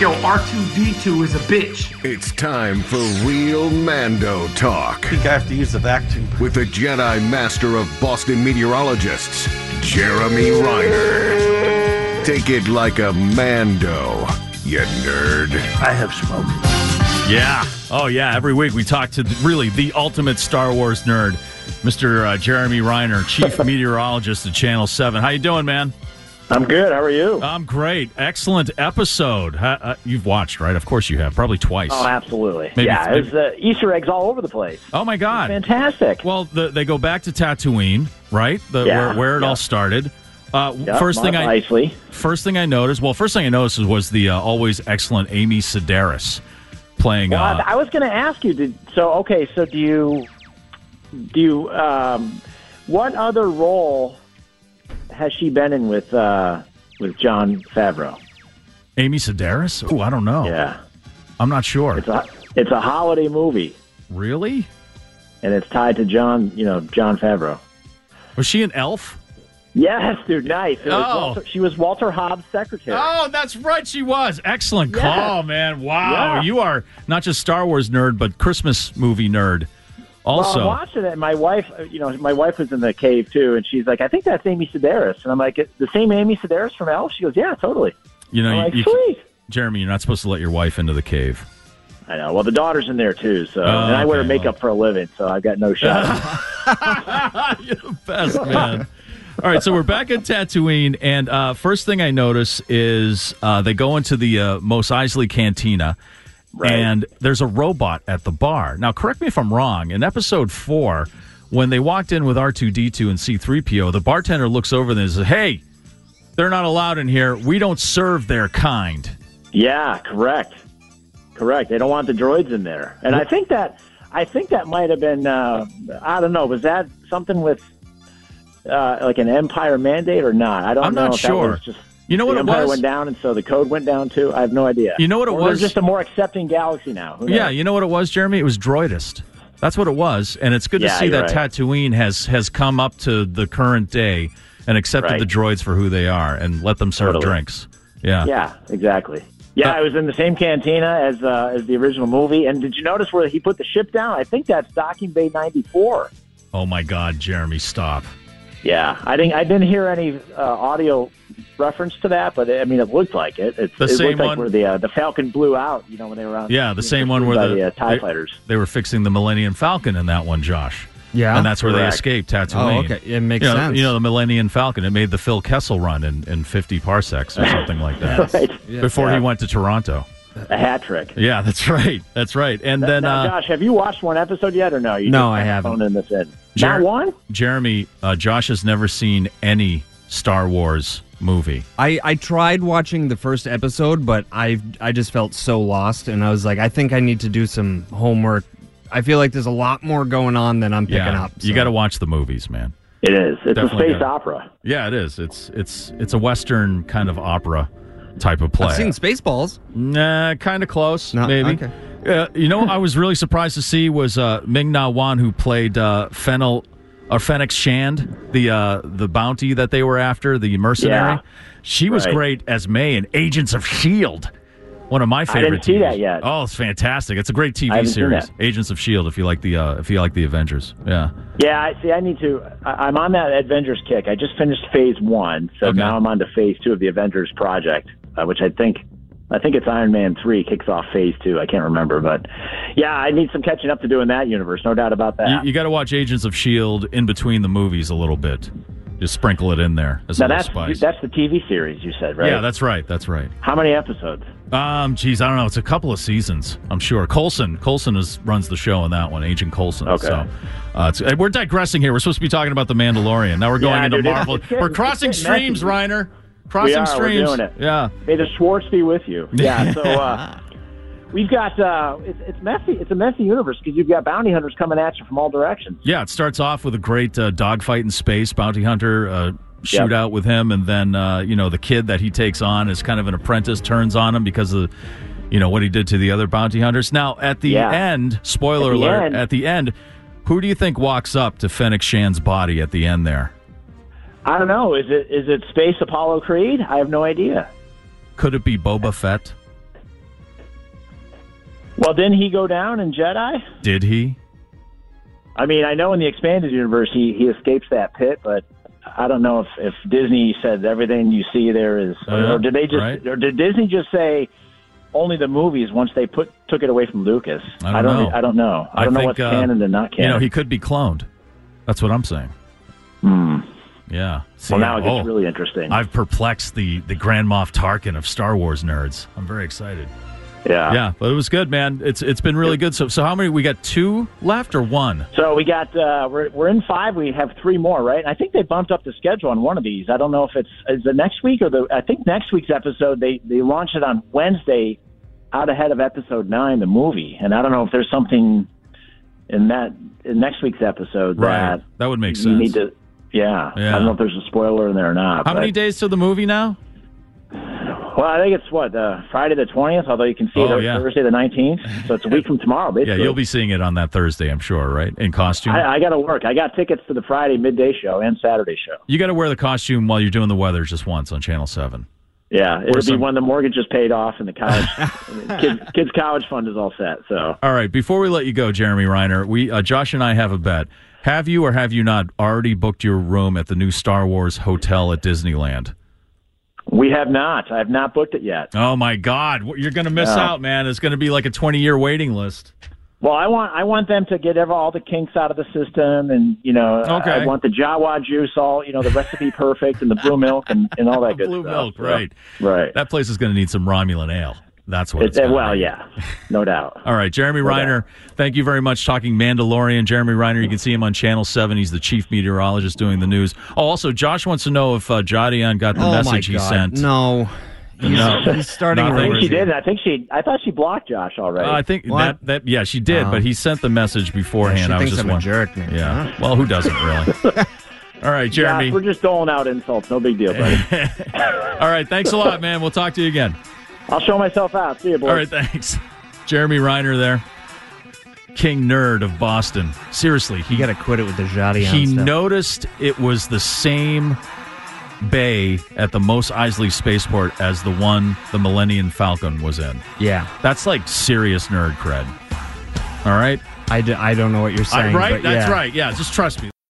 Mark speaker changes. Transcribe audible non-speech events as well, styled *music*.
Speaker 1: Yo, R2D2 is a bitch.
Speaker 2: It's time for real Mando talk
Speaker 3: think I have to use the vac tube.
Speaker 2: with the Jedi Master of Boston meteorologists, Jeremy Reiner. Take it like a Mando, you nerd.
Speaker 3: I have smoked.
Speaker 4: Yeah. Oh, yeah. Every week we talk to the, really the ultimate Star Wars nerd, Mr. Uh, Jeremy Reiner, chief
Speaker 5: *laughs*
Speaker 4: meteorologist at Channel Seven. How you doing, man?
Speaker 3: I'm good. How are you?
Speaker 4: I'm great. Excellent episode. Ha- uh, you've watched, right? Of course you have. Probably twice.
Speaker 5: Oh, absolutely.
Speaker 4: Maybe-
Speaker 5: yeah,
Speaker 4: maybe-
Speaker 5: there's uh, Easter eggs all over the place.
Speaker 4: Oh, my God.
Speaker 5: Fantastic.
Speaker 4: Well, the, they go back to Tatooine, right? The,
Speaker 5: Yeah.
Speaker 4: where, where it
Speaker 5: Yeah.
Speaker 4: all started. Uh,
Speaker 5: Yeah,
Speaker 4: first thing
Speaker 5: Mark
Speaker 4: I
Speaker 5: Isley.
Speaker 4: first thing I noticed. Well, first thing I noticed was the uh, always excellent Amy Sedaris playing.
Speaker 5: Well,
Speaker 4: uh,
Speaker 5: I, I was going to ask you. Did, so okay. So do you do you um, what other role has she been in with uh, with John Favreau?
Speaker 4: Amy Sedaris? Oh, I don't know.
Speaker 5: Yeah,
Speaker 4: I'm not sure.
Speaker 5: it's a it's a holiday movie,
Speaker 4: really?
Speaker 5: and it's tied to John. You know, John Favreau.
Speaker 4: Was she an elf?
Speaker 5: Yes, dude. Nice. It was
Speaker 4: Oh.
Speaker 5: Walter, she was Walter Hobbs' secretary.
Speaker 4: Oh, that's right. She was. Excellent
Speaker 5: Yeah.
Speaker 4: call, man. Wow.
Speaker 5: Yeah.
Speaker 4: You are not just Star Wars nerd, but Christmas movie nerd also.
Speaker 5: Well, I'm watching it. And my wife, uh, you know, my wife was in the cave too, and she's like, "I think that's Amy Sedaris," and I'm like, "The same Amy Sedaris from Elf?" She goes, "Yeah, totally."
Speaker 4: you
Speaker 5: I'm
Speaker 4: know,
Speaker 5: like,
Speaker 4: you, you-
Speaker 5: "Sweet."
Speaker 4: Jeremy, you're not supposed to let your wife into the
Speaker 5: *laughs*
Speaker 4: cave.
Speaker 5: I know. Well, the daughter's in there too, so
Speaker 4: Oh,
Speaker 5: and I wear
Speaker 4: okay,
Speaker 5: makeup for a living, so I've got no
Speaker 4: *laughs*
Speaker 5: shot.
Speaker 4: Ah, You're the best, man. All right, so we're back at Tatooine, and uh, first thing I notice is uh, they go into the uh, Mos Eisley Cantina,
Speaker 5: Right.
Speaker 4: and there's a robot at the bar. Now, correct me if I'm wrong. In Episode Four, when they walked in with R2D2 and C3PO, the bartender looks over them and says, "Hey, they're not allowed in here. We don't serve their kind."
Speaker 5: yeah, correct, correct. They don't want the droids in there, and I think that I think that might have been uh, I don't know. Was that something with uh, like an Empire mandate or not? I don't
Speaker 4: I'm
Speaker 5: know.
Speaker 4: not
Speaker 5: if
Speaker 4: sure.
Speaker 5: That was just
Speaker 4: You know
Speaker 5: the
Speaker 4: what it
Speaker 5: Empire
Speaker 4: was?
Speaker 5: went down, and so the code went down too. I have no idea.
Speaker 4: You know what it
Speaker 5: Or
Speaker 4: was?
Speaker 5: They're just a more accepting galaxy now. Who
Speaker 4: Yeah,
Speaker 5: knows?
Speaker 4: you know what it was, Jeremy? It was Droidist. That's what it was, and it's good to
Speaker 5: Yeah,
Speaker 4: see
Speaker 5: you're
Speaker 4: that
Speaker 5: right.
Speaker 4: Tatooine has has come up to the current day and accepted
Speaker 5: Right.
Speaker 4: the droids for who they are and let them serve
Speaker 5: Totally.
Speaker 4: drinks. Yeah.
Speaker 5: Yeah, exactly. Yeah,
Speaker 4: Uh,
Speaker 5: I was in the same cantina as uh, as the original movie. And did you notice where he put the ship down? I think that's docking bay ninety four.
Speaker 4: Oh my God, Jeremy, stop.
Speaker 5: Yeah, I didn't I didn't hear any uh, audio reference to that, but I mean it looked like it. It's
Speaker 4: The
Speaker 5: it
Speaker 4: same
Speaker 5: looked like
Speaker 4: one-
Speaker 5: where the uh, the Falcon blew out. You know when they were on.
Speaker 4: Yeah, the
Speaker 5: you
Speaker 4: same
Speaker 5: know,
Speaker 4: one where
Speaker 5: by
Speaker 4: the-
Speaker 5: uh, Tie
Speaker 4: they-
Speaker 5: Fighters.
Speaker 4: They were fixing the Millennium Falcon in that one, Josh.
Speaker 6: Yeah.
Speaker 4: and that's where
Speaker 5: correct.
Speaker 4: they escaped Tatooine.
Speaker 6: Oh, okay. It makes
Speaker 4: you know,
Speaker 6: sense.
Speaker 4: You know, the Millennium Falcon. It made the Phil Kessel run in, in 50 parsecs or something like that
Speaker 5: *laughs* Right,
Speaker 4: before
Speaker 5: Yeah.
Speaker 4: he went to Toronto.
Speaker 5: a hat trick.
Speaker 4: Yeah, that's *laughs* right. That's right. And then
Speaker 5: now,
Speaker 4: uh,
Speaker 5: Josh, have you watched one episode yet, or no? You
Speaker 6: No,
Speaker 5: just
Speaker 6: I
Speaker 5: kinda
Speaker 6: haven't.
Speaker 5: phoned in this in.
Speaker 4: Jer-
Speaker 5: Not one.
Speaker 4: Jeremy, uh, Josh has never seen any Star Wars movie.
Speaker 6: I, I tried watching the first episode, but I I just felt so lost, and I was like, I think I need to do some homework. I feel like there's a lot more going on than I'm picking up.
Speaker 4: you
Speaker 6: so-
Speaker 4: got to watch the movies, man.
Speaker 5: It is. It's
Speaker 4: Definitely
Speaker 5: a space
Speaker 4: gotta-
Speaker 5: opera.
Speaker 4: Yeah, it is. It's it's it's a western kind of opera type of play.
Speaker 6: I've seen Spaceballs.
Speaker 4: nah, kind of close,
Speaker 6: No,
Speaker 4: maybe.
Speaker 6: okay.
Speaker 4: Uh, you know, what I was really surprised to see was uh, Ming Na Wan, who played uh, Fennel or Fenix Shand, the uh, the bounty that they were after, the mercenary.
Speaker 5: Yeah.
Speaker 4: She was
Speaker 5: Right.
Speaker 4: great as May in Agents of Shield. E One of my favorite.
Speaker 5: didn't see
Speaker 4: TV
Speaker 5: that yet.
Speaker 4: Oh, it's fantastic! It's a great
Speaker 5: I
Speaker 4: TV
Speaker 5: haven't seen
Speaker 4: series,
Speaker 5: that.
Speaker 4: Agents of Shield. If you like the uh, if you like the Avengers, yeah.
Speaker 5: Yeah, I see. I need to. I, I'm on that Avengers kick. I just finished phase one, so
Speaker 4: Okay.
Speaker 5: now I'm on to phase two of the Avengers project, uh, which I think, I think it's Iron Man three kicks off phase two. I can't remember, but yeah, I need some catching up to do in that universe. No doubt about that.
Speaker 4: You, you got to watch Agents of Shield E in between the movies a little bit. Just sprinkle it in there as
Speaker 5: now
Speaker 4: a little
Speaker 5: that's
Speaker 4: spice.
Speaker 5: that's the TV series you said, right?
Speaker 4: Yeah, that's right. That's right.
Speaker 5: How many episodes?
Speaker 4: Um, geez, I don't know. It's a couple of seasons, I'm sure. Colson, Colson is runs the show on that one. Agent Colson.
Speaker 5: Okay.
Speaker 4: So, uh, it's, hey, we're digressing here. We're supposed to be talking about the Mandalorian. Now we're going
Speaker 5: Yeah,
Speaker 4: into
Speaker 5: dude, *laughs* it's-
Speaker 4: Marvel.
Speaker 5: it's getting-
Speaker 4: we're
Speaker 5: it's
Speaker 4: crossing
Speaker 5: getting messy.
Speaker 4: streams, Reiner. Crossing
Speaker 5: We are. We're
Speaker 4: streams.
Speaker 5: doing it.
Speaker 4: Yeah.
Speaker 5: May the Schwartz be with you.
Speaker 4: *laughs*
Speaker 5: Yeah. So uh, we've got uh, it's, it's messy. It's a messy universe because you've got bounty hunters coming at you from all directions.
Speaker 4: Yeah, it starts off with a great uh, dogfight in space, bounty hunter uh, shootout with him, and then uh, you know the kid that he takes on is kind of an apprentice turns on him because of you know what he did to the other bounty hunters. Now at the
Speaker 5: Yeah.
Speaker 4: end, spoiler
Speaker 5: At the
Speaker 4: alert,
Speaker 5: end.
Speaker 4: at the end, who do you think walks up to Fennec Shan's body at the end there?
Speaker 5: I don't know. Is it is it space Apollo Creed? I have no idea.
Speaker 4: Could it be Boba Fett?
Speaker 5: Well, didn't he go down in Jedi?
Speaker 4: Did he?
Speaker 5: I mean, I know in the expanded universe he, he escapes that pit, but I don't know if, if Disney said everything you see there is,
Speaker 4: Uh,
Speaker 5: or did they just,
Speaker 4: right.
Speaker 5: or did Disney just say only the movies once they put took it away from Lucas?
Speaker 4: I don't know.
Speaker 5: I don't know. I, don't know what's
Speaker 4: uh,
Speaker 5: canon and not canon.
Speaker 4: You know, he could be cloned. That's what I'm saying. Yeah. See,
Speaker 5: Hmm. well, now it gets
Speaker 4: oh,
Speaker 5: really interesting.
Speaker 4: I've perplexed the the Grand Moff Tarkin of Star Wars nerds. I'm very excited.
Speaker 5: yeah.
Speaker 4: Yeah, but it was good, man. It's it's been really good. So so how many we got two left or one?
Speaker 5: So we got uh, we're we're in five. We have three more, right? And I think they bumped up the schedule on one of these. I don't know if it's is the next week or the I think next week's episode they they launch it on Wednesday, out ahead of episode nine, the movie. And I don't know if there's something in that in next week's episode that
Speaker 4: That would make
Speaker 5: you
Speaker 4: sense.
Speaker 5: need to. Yeah.
Speaker 4: Yeah.
Speaker 5: I don't know if there's a spoiler in there or not.
Speaker 4: how
Speaker 5: but-
Speaker 4: many days to the movie now?
Speaker 5: Well, I think it's what uh, Friday the twentieth. Although you can see
Speaker 4: Oh,
Speaker 5: it
Speaker 4: yeah.
Speaker 5: Thursday the nineteenth, so it's
Speaker 4: *laughs*
Speaker 5: a week from tomorrow.
Speaker 4: Yeah,
Speaker 5: Basically.
Speaker 4: you'll be seeing it on that Thursday, I'm sure, right? In costume.
Speaker 5: I, I got to work. I got tickets to the Friday midday show and Saturday show.
Speaker 4: you got to wear the costume while you're doing the weather just once on Channel 7.
Speaker 5: Yeah, it'll
Speaker 4: some-
Speaker 5: be when the mortgage is paid off and
Speaker 4: *laughs*
Speaker 5: the college kids, kids college fund is all set. So
Speaker 4: All right, before we let you go, Jeremy Reiner, we uh, Josh and I have a bet. Have you or have you not already booked your room at the new Star Wars hotel at Disneyland?
Speaker 5: we have not. I have not booked it yet.
Speaker 4: Oh my God, what- you're going to miss out, man. It's going to be like a 20 year waiting list.
Speaker 5: Well, I want I want them to get ever- all the kinks out of the system, and you know, I-
Speaker 4: Okay.
Speaker 5: I want the Jawa juice, all you know, the recipe perfect, and the blue milk, and, and
Speaker 4: *laughs*
Speaker 5: all that good
Speaker 4: Blue
Speaker 5: stuff.
Speaker 4: milk,
Speaker 5: So,
Speaker 4: right?
Speaker 5: right.
Speaker 4: That place is going to need some Romulan ale. That's what
Speaker 5: It-
Speaker 4: it's. gonna
Speaker 5: well,
Speaker 4: need.
Speaker 5: yeah, no doubt.
Speaker 4: *laughs* All right, Jeremy Reiner, thank you very much. Talking Mandalorian, Jeremy Reiner, you can see him on Channel 7. He's the chief meteorologist doing the news. Oh, also, Josh wants to know if uh, Jadian got the
Speaker 6: oh
Speaker 4: message
Speaker 6: my
Speaker 4: he
Speaker 6: God.
Speaker 4: sent.
Speaker 6: No. He's,
Speaker 4: No.
Speaker 6: he's starting
Speaker 4: Nothing.
Speaker 5: I think
Speaker 6: rumors
Speaker 5: she
Speaker 6: here.
Speaker 5: did. I think she. I thought she blocked Josh already.
Speaker 4: Uh, I think
Speaker 6: What? Oh.
Speaker 4: that, that, yeah, she did, but he sent the message beforehand.
Speaker 6: Yeah, she
Speaker 4: I was
Speaker 6: thinks
Speaker 4: just
Speaker 6: I'm a
Speaker 4: wondering-
Speaker 6: jerk now,
Speaker 4: Yeah. Well, who doesn't, really?
Speaker 6: *laughs*
Speaker 4: All right,
Speaker 5: Josh,
Speaker 4: Jeremy.
Speaker 5: we're just doling out insults. No big
Speaker 4: *laughs*
Speaker 5: deal, buddy.
Speaker 4: All right, thanks a lot, man. We'll talk to you again.
Speaker 5: I'll show myself out. See you, boys.
Speaker 4: All right, thanks. Jeremy Reiner there, king nerd of Boston. Seriously, he
Speaker 6: You got to quit it with the Jadian
Speaker 4: he
Speaker 6: stuff.
Speaker 4: noticed it was the same bay at the Mos Eisley spaceport as the one the Millennium Falcon was in.
Speaker 6: Yeah.
Speaker 4: That's like serious nerd cred. All right,
Speaker 6: I, d- I don't know what you're saying.
Speaker 4: I, right?
Speaker 6: but
Speaker 4: That's
Speaker 6: yeah.
Speaker 4: right. Yeah, just trust me.